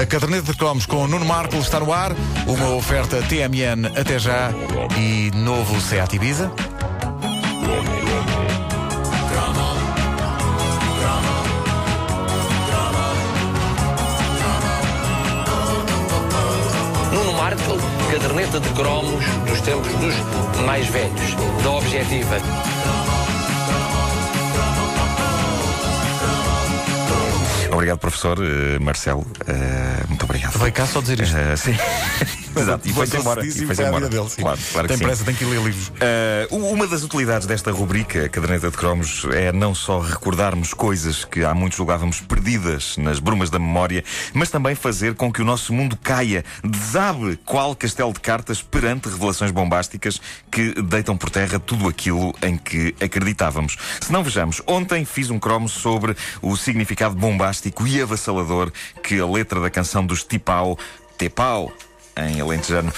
A caderneta de cromos com o Nuno Marco está no ar. Uma oferta TMN até já e novo Seat Ibiza. Nuno Marco, caderneta de cromos dos tempos dos mais velhos, da Objetiva. Obrigado, professor eh, Marcelo. Eh, muito obrigado. Veio cá só dizer isto. Eh, sim. Exato, e foi-se Você embora. disse e foi-se foi à embora. vida dele, sim. Claro, claro tem que sim. pressa, tem que ler livros. Eh, u- uma das utilidades desta rubrica, Caderneta de Cromos, é não só recordarmos coisas que há muito julgávamos perdidas nas brumas da memória, mas também fazer com que o nosso mundo caia, desabe qual castelo de cartas perante revelações bombásticas que deitam por terra tudo aquilo em que acreditávamos. Se não vejamos, ontem fiz um cromo sobre o significado bombástico e avassalador que a letra da canção dos Tipau, Tepau, em Alentejano,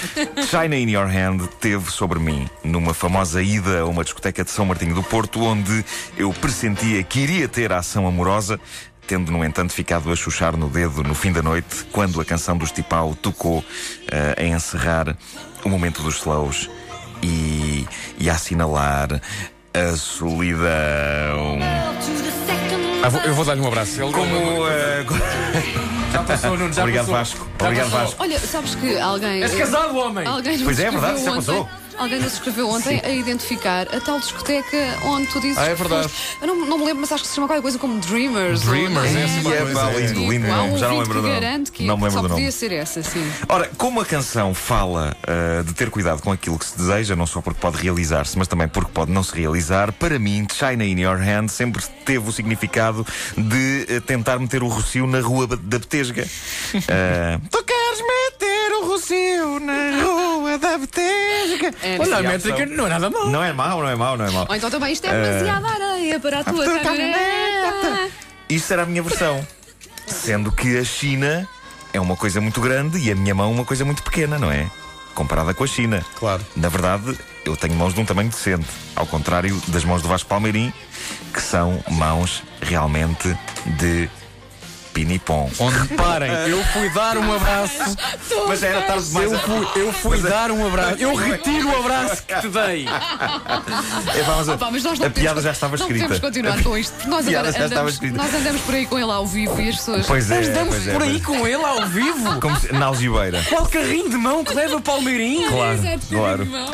China in Your Hand teve sobre mim, numa famosa ida a uma discoteca de São Martinho do Porto, onde eu pressentia que iria ter a ação amorosa, tendo, no entanto, ficado a chuchar no dedo no fim da noite, quando a canção dos Tipau tocou eh, a encerrar o momento dos slows e, e a assinalar a solidão. eu vou dar-lhe um abraço. Como. eh, já passou, Nuno, já Obrigado, passou. Vasco. Já Obrigado, passou. Vasco. Olha, sabes que alguém. És casado, homem. Alguém nos Pois é, é escreveu verdade, isso ontem, aconteceu. Alguém nos escreveu ontem a identificar a tal discoteca onde tu dizes. Ah, é que verdade. foste. Eu não, não me lembro, mas acho que se chama qualquer coisa como Dreamers. Dreamers, ou, é assim uma E coisa, pá, assim, lindo, lindo, Há não, um já não lembro do ouvinte que nome. garante que Não me lembro só do nome. podia ser essa, sim. Ora, como a canção fala ah, de ter cuidado com aquilo que se deseja, não só porque pode realizar-se, mas também porque pode não se realizar, para mim, China in Your Hand sempre teve o significado de ah, tentar meter o Rocio na rua ba- da Betesga. Ah, tu queres meter o Rocio na rua da Betesga? É. Olha, a E há métrica opção. não é nada mal. Não é mau, não é mau, não é mau. Ou então também isto é demasiada areia para a tua tua caminhoneta. Isto era a minha versão. Sendo que a China é uma coisa muito grande e a minha mão uma coisa muito pequena, não é? Comparada com a China. Claro. Na verdade, eu tenho mãos de um tamanho decente. Ao contrário das mãos do Vasco Palmeirim, que são mãos realmente de pinipom. Onde reparem, eu fui dar um abraço. Mas já era tarde demais. é. Eu fui, eu fui dar um abraço. Eu retiro o abraço que te dei. É, vamos a- Pá, mas nós não a piada podemos- já estava não escrita. podemos continuar com isto, porque nós, piada agora já estava andamos, escrita. nós andamos por aí com ele ao vivo e as pessoas. Pois é. Nós damos pois é, por aí pois é. com ele ao vivo. Como se- na algibeira. Qual É carrinho de mão que leva o Palmeirinho? Claro, É, de claro. mão.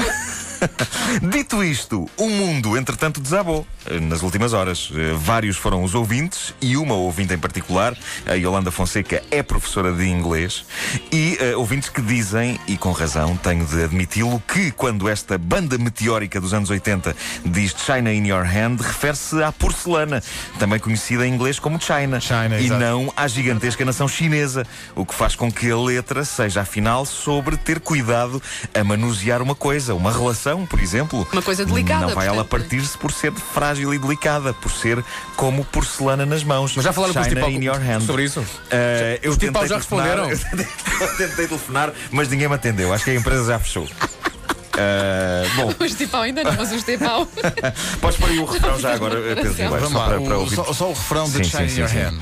Dito isto, o mundo, entretanto, desabou eh, nas últimas horas. Eh, Vários foram os ouvintes e uma ouvinte em particular, a Yolanda Fonseca, é professora de inglês. E eh, ouvintes que dizem, e com razão, tenho de admiti-lo, que quando esta banda meteórica dos anos 80 diz China in your hand, refere-se à porcelana, também conhecida em inglês como China. China, e exato. não à gigantesca nação chinesa, o que faz com que a letra seja afinal sobre ter cuidado a manusear uma coisa, uma relação, por exemplo. Uma coisa delicada, Não vai ela portanto, é? partir-se por ser frágil e delicada, por ser como porcelana nas mãos. Mas já falaram com os China tipau- in your hand. sobre isso? Ah, Eh, eu Os tipau tentei já telefonar- responderam? Eu tentei telefonar, mas ninguém me atendeu. Acho que a empresa já fechou. Eh, bom, Mas tipo, ainda não, mas os tipo. podes pôr aí o refrão já agora, eh, Pedro Ribeiro, Vamos só lá, para, o- para ouvir. só, só o refrão de Sim, Shine sim, Your sim, sim. Hand.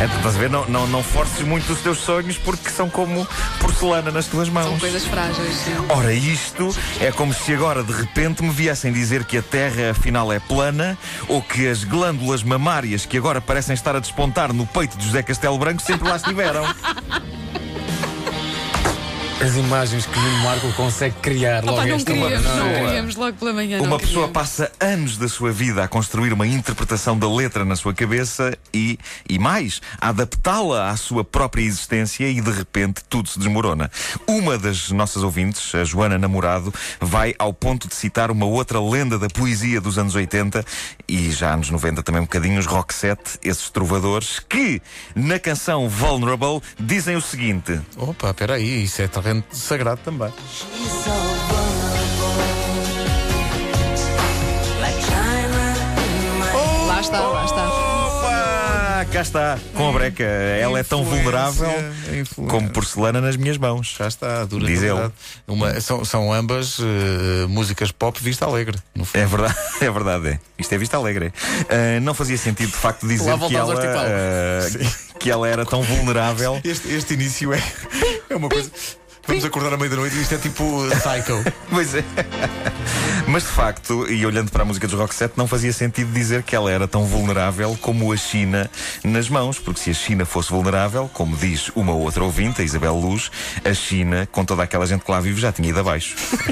É, tu estás a ver? Não, não, não forces muito os teus sonhos porque são como porcelana nas tuas mãos. São coisas frágeis, sim. Ora, isto é como se agora de repente me viessem dizer que a Terra afinal é plana ou que as glândulas mamárias que agora parecem estar a despontar no peito de José Castelo Branco sempre lá estiveram. As imagens que o Nuno Marco consegue criar Opa, não esta é? queríamos, manhã. é? não queríamos logo pela manhã. Uma não pessoa queríamos. passa anos da sua vida a construir uma interpretação da letra na sua cabeça e, e mais, a adaptá-la à sua própria existência e de repente tudo se desmorona. Uma das nossas ouvintes, a Joana Namorado, vai ao ponto de citar uma outra lenda da poesia dos anos 80 e já anos 90 também um bocadinho, os rock set, esses trovadores, que na canção Vulnerable dizem o seguinte. Opa, peraí, isso é terreno sagrado também. Lá está, lá está. Opa! cá está, com a breca. Ela é tão Influência, vulnerável influência. como porcelana nas minhas mãos. Já está, dura Diz ele. verdade. Uma, são, são ambas eh, músicas pop vista alegre, no fundo. É verdade, é verdade. é. Isto é vista alegre. é. Ah, não fazia sentido, de facto, dizer Lá que voltamos ela, ao Artic Paulo. ah, que ela era tão vulnerável. Este, este início é, é uma coisa. Vamos acordar à meia da noite e isto é tipo psycho. Pois é. Mas de facto, e olhando para a música dos Rock 7, não fazia sentido dizer que ela era tão vulnerável como a China nas mãos, porque se a China fosse vulnerável, como diz uma outra ouvinte, a Isabel Luz, a China, com toda aquela gente que lá vive, já tinha ido abaixo.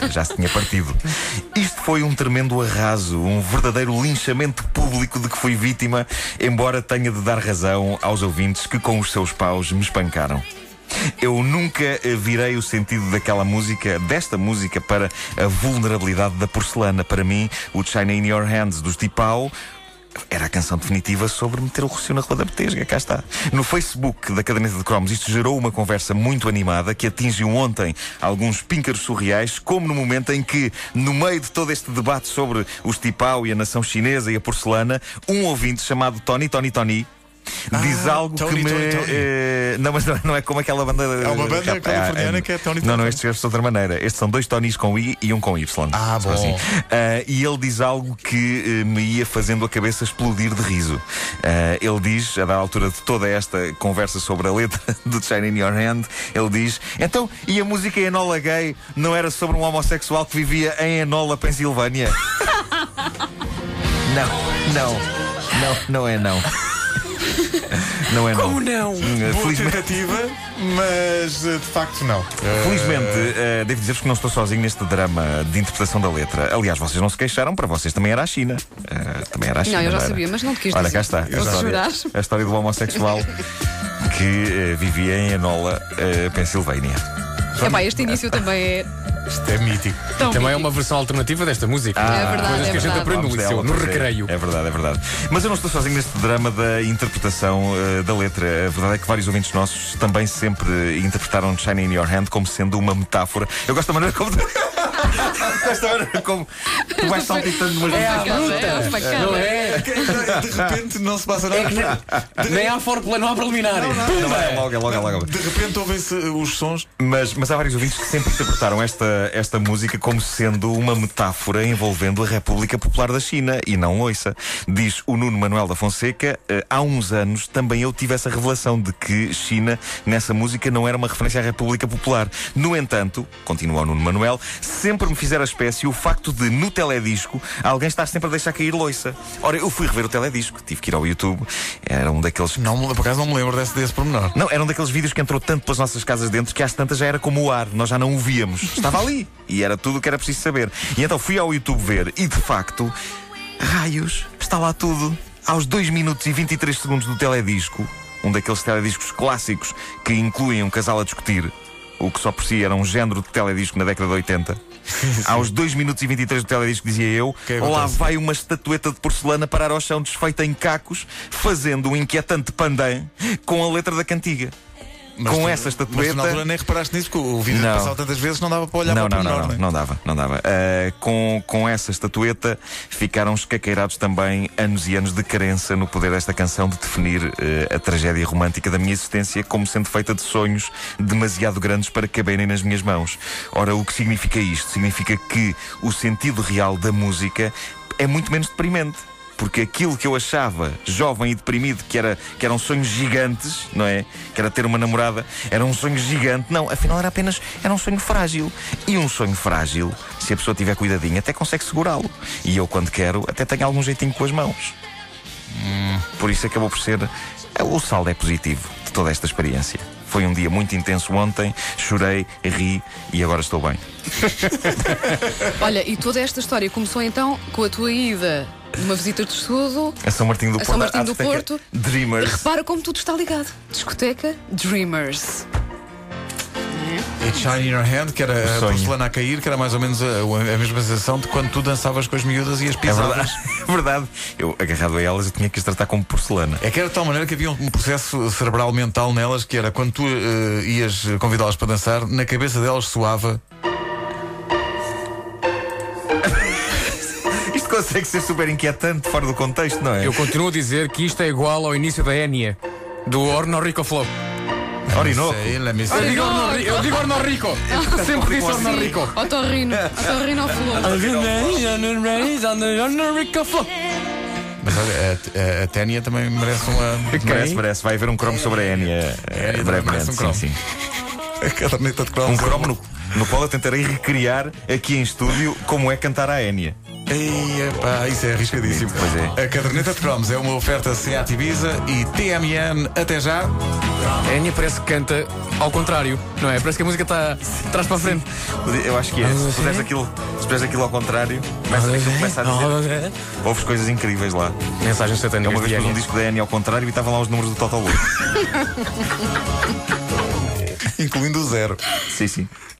Eh, já se tinha partido. Isto foi um tremendo arraso, um verdadeiro linchamento público de que fui vítima, embora tenha de dar razão aos ouvintes que com os seus paus me espancaram. Eu nunca eh, virei o sentido daquela música, desta música, para a vulnerabilidade da porcelana. Para mim, o China in Your Hands dos Tipau. Era a canção definitiva sobre meter o Rocio na Rua da Betesga, cá está. No Facebook da Caderneta de Cromos, isto gerou uma conversa muito animada que atingiu ontem alguns píncaros surreais, como no momento em que, no meio de todo este debate sobre os Tipau e a nação chinesa e a porcelana, um ouvinte chamado Tony, Tony, Tony, diz Ah, algo Tony, que me. Tony, Tony. Eh, não, mas não, não é como aquela banda. É uma banda californiana que é Tony Não, não, Tony. estes gajos são de outra maneira. Estes são dois Tonys com I e um com Y. Ah, São bom. Ah, e ele diz algo que eh, me ia fazendo a cabeça explodir de riso. Ah, ele diz, a da altura de toda esta conversa sobre a letra do Shine in Your Hand, ele diz: Então, e a música Enola Gay não era sobre um homossexual que vivia em Enola, Pensilvânia? não, não, não, não é não. Não é Como não. não? Eh, Boa Felizmente. tentativa, mas eh, de facto não. Felizmente, eh, devo dizer-vos que não estou sozinho neste drama de interpretação da letra. Aliás, vocês não se queixaram, para vocês também era a China. Eh, também era a China. eu já era? sabia, mas não te quis Ora, dizer. cá está. Posso a, jurar? história, a história do homossexual que eh, vivia em Enola, eh, Pensilvânia. Epá, este início também é Isto é mítico. tão Também é mítico. uma versão alternativa desta música. É verdade, Coisas é que a gente verdade. aprende no Falámos Ah, dela, liceu, no pois é. recreio. É verdade, é verdade. Mas eu não estou sozinho neste drama da interpretação eh, da letra. A verdade é que vários ouvintes nossos também sempre eh, interpretaram Shine in Your Hand como sendo uma metáfora. Eu gosto da maneira como. gosto da maneira como. Tu vais saltitando umas É uma vezes. facada, é uma facada. Não é? De repente não se passa nada. Nem há fórmula, não há preliminar. Não, é logo, é logo, é logo. De repente ouvem-se eh, os sons. Mas, mas há vários ouvintes que sempre interpretaram esta, esta música como sendo uma metáfora envolvendo a República Popular da China. E não ouça. Diz o Nuno Manuel da Fonseca: "Eh, há uns anos também eu tive essa revelação de que China, nessa música, não era uma referência à República Popular. No entanto, continua o Nuno Manuel, sempre me fizeram a espécie o facto de, no teledisco, alguém estar sempre a deixar cair loiça. Ora, eu fui rever o teledisco, tive que ir ao YouTube, era um daqueles Não, me- por acaso não me lembro desse, desse pormenor. não, era um daqueles vídeos que entrou tanto pelas nossas casas dentro que às tantas já era como o ar, nós já não o víamos. Estava ali. E era tudo o que era preciso saber. E então fui ao YouTube ver e de facto, raios, está lá tudo. Aos 2 minutos e 23 segundos do teledisco, um daqueles telediscos clássicos que incluem um casal a discutir, o que só por si era um género de teledisco na década de 80. Aos 2 minutos e 23 do teledisco dizia eu, que acontece? lá vai uma estatueta de porcelana parar ao chão desfeita em cacos, fazendo um inquietante pandan com a letra da cantiga. Mas com tu- essa Mas estatueta. tu na altura nem reparaste nisso, que o vídeo Não. passava tantas vezes não dava para olhar não, para não, o não, pormenor. não, né? não dava, não dava. Ah, com, com essa estatueta ficaram escaqueirados também anos e anos de crença no poder desta canção de definir eh, a tragédia romântica da minha existência como sendo feita de sonhos demasiado grandes para caberem nas minhas mãos. Ora, o que significa isto? Significa que o sentido real da música é muito menos deprimente. Porque aquilo que eu achava jovem e deprimido, que, era, que eram sonhos gigantes, não é? Que era ter uma namorada, era um sonho gigante. Não, afinal era apenas era um sonho frágil. E um sonho frágil, se a pessoa tiver cuidadinho, até consegue segurá-lo. E eu, quando quero, até tenho algum jeitinho com as mãos. Hum, Por isso acabou por ser. O saldo é positivo de toda esta experiência. Foi um dia muito intenso ontem, chorei, ri e agora estou bem. Olha, e toda esta história começou então com a tua ida numa visita de estudo. A São Martinho do A Porto. São Martinho do discoteca Porto. Dreamers. Repara como tudo está ligado. Discoteca Dreamers. E Shine in Your Hand, que era a sonho. porcelana a cair, que era mais ou menos a, a mesma sensação de quando tu dançavas com as miúdas e as É pisavas. verdade, é verdade. Eu, agarrado a elas, eu tinha que as tratar como porcelana. É que era de tal maneira que havia um processo cerebral mental nelas que era quando tu eh, ias convidá-las para dançar, na cabeça delas soava. Isto Consegue ser super inquietante fora do contexto, não é? Eu continuo a dizer que isto é igual ao início da Enya, do Orno Rico Flow. Orinoco. Sei, lá, me Eu sei. digo Orno Rico, eu digo Orno Rico. Sempre disse Orno Rico. Otorrino. Otorrino ao flor. Orno Rico Flow. Mas olha, a, a, a Ténia também merece uma. Parece, parece. Vai haver um cromo sobre a Enia Enya também brevemente. merece É, um sim, cromo. sim. A caderneta de Um cromos. cromo no, no qual eu tentarei recriar aqui em estúdio como é cantar a Enia. Ei, epá, isso é arriscadíssimo. Pois é. A caderneta de cromos é uma oferta Seat Ibiza e TMN. Até já. A Enya parece que canta ao contrário, não é? Parece que a música está trás para a frente. Eu acho Ah, que é. Se puseres aquilo, se puseres aquilo ao contrário, começa, aquilo começa a dizer. Ouves coisas incríveis lá. Mensagem Eu satânica. uma vez pus um disco da Enia ao contrário e estavam lá os números do Total Loop. Incluindo o zero. sim, sim.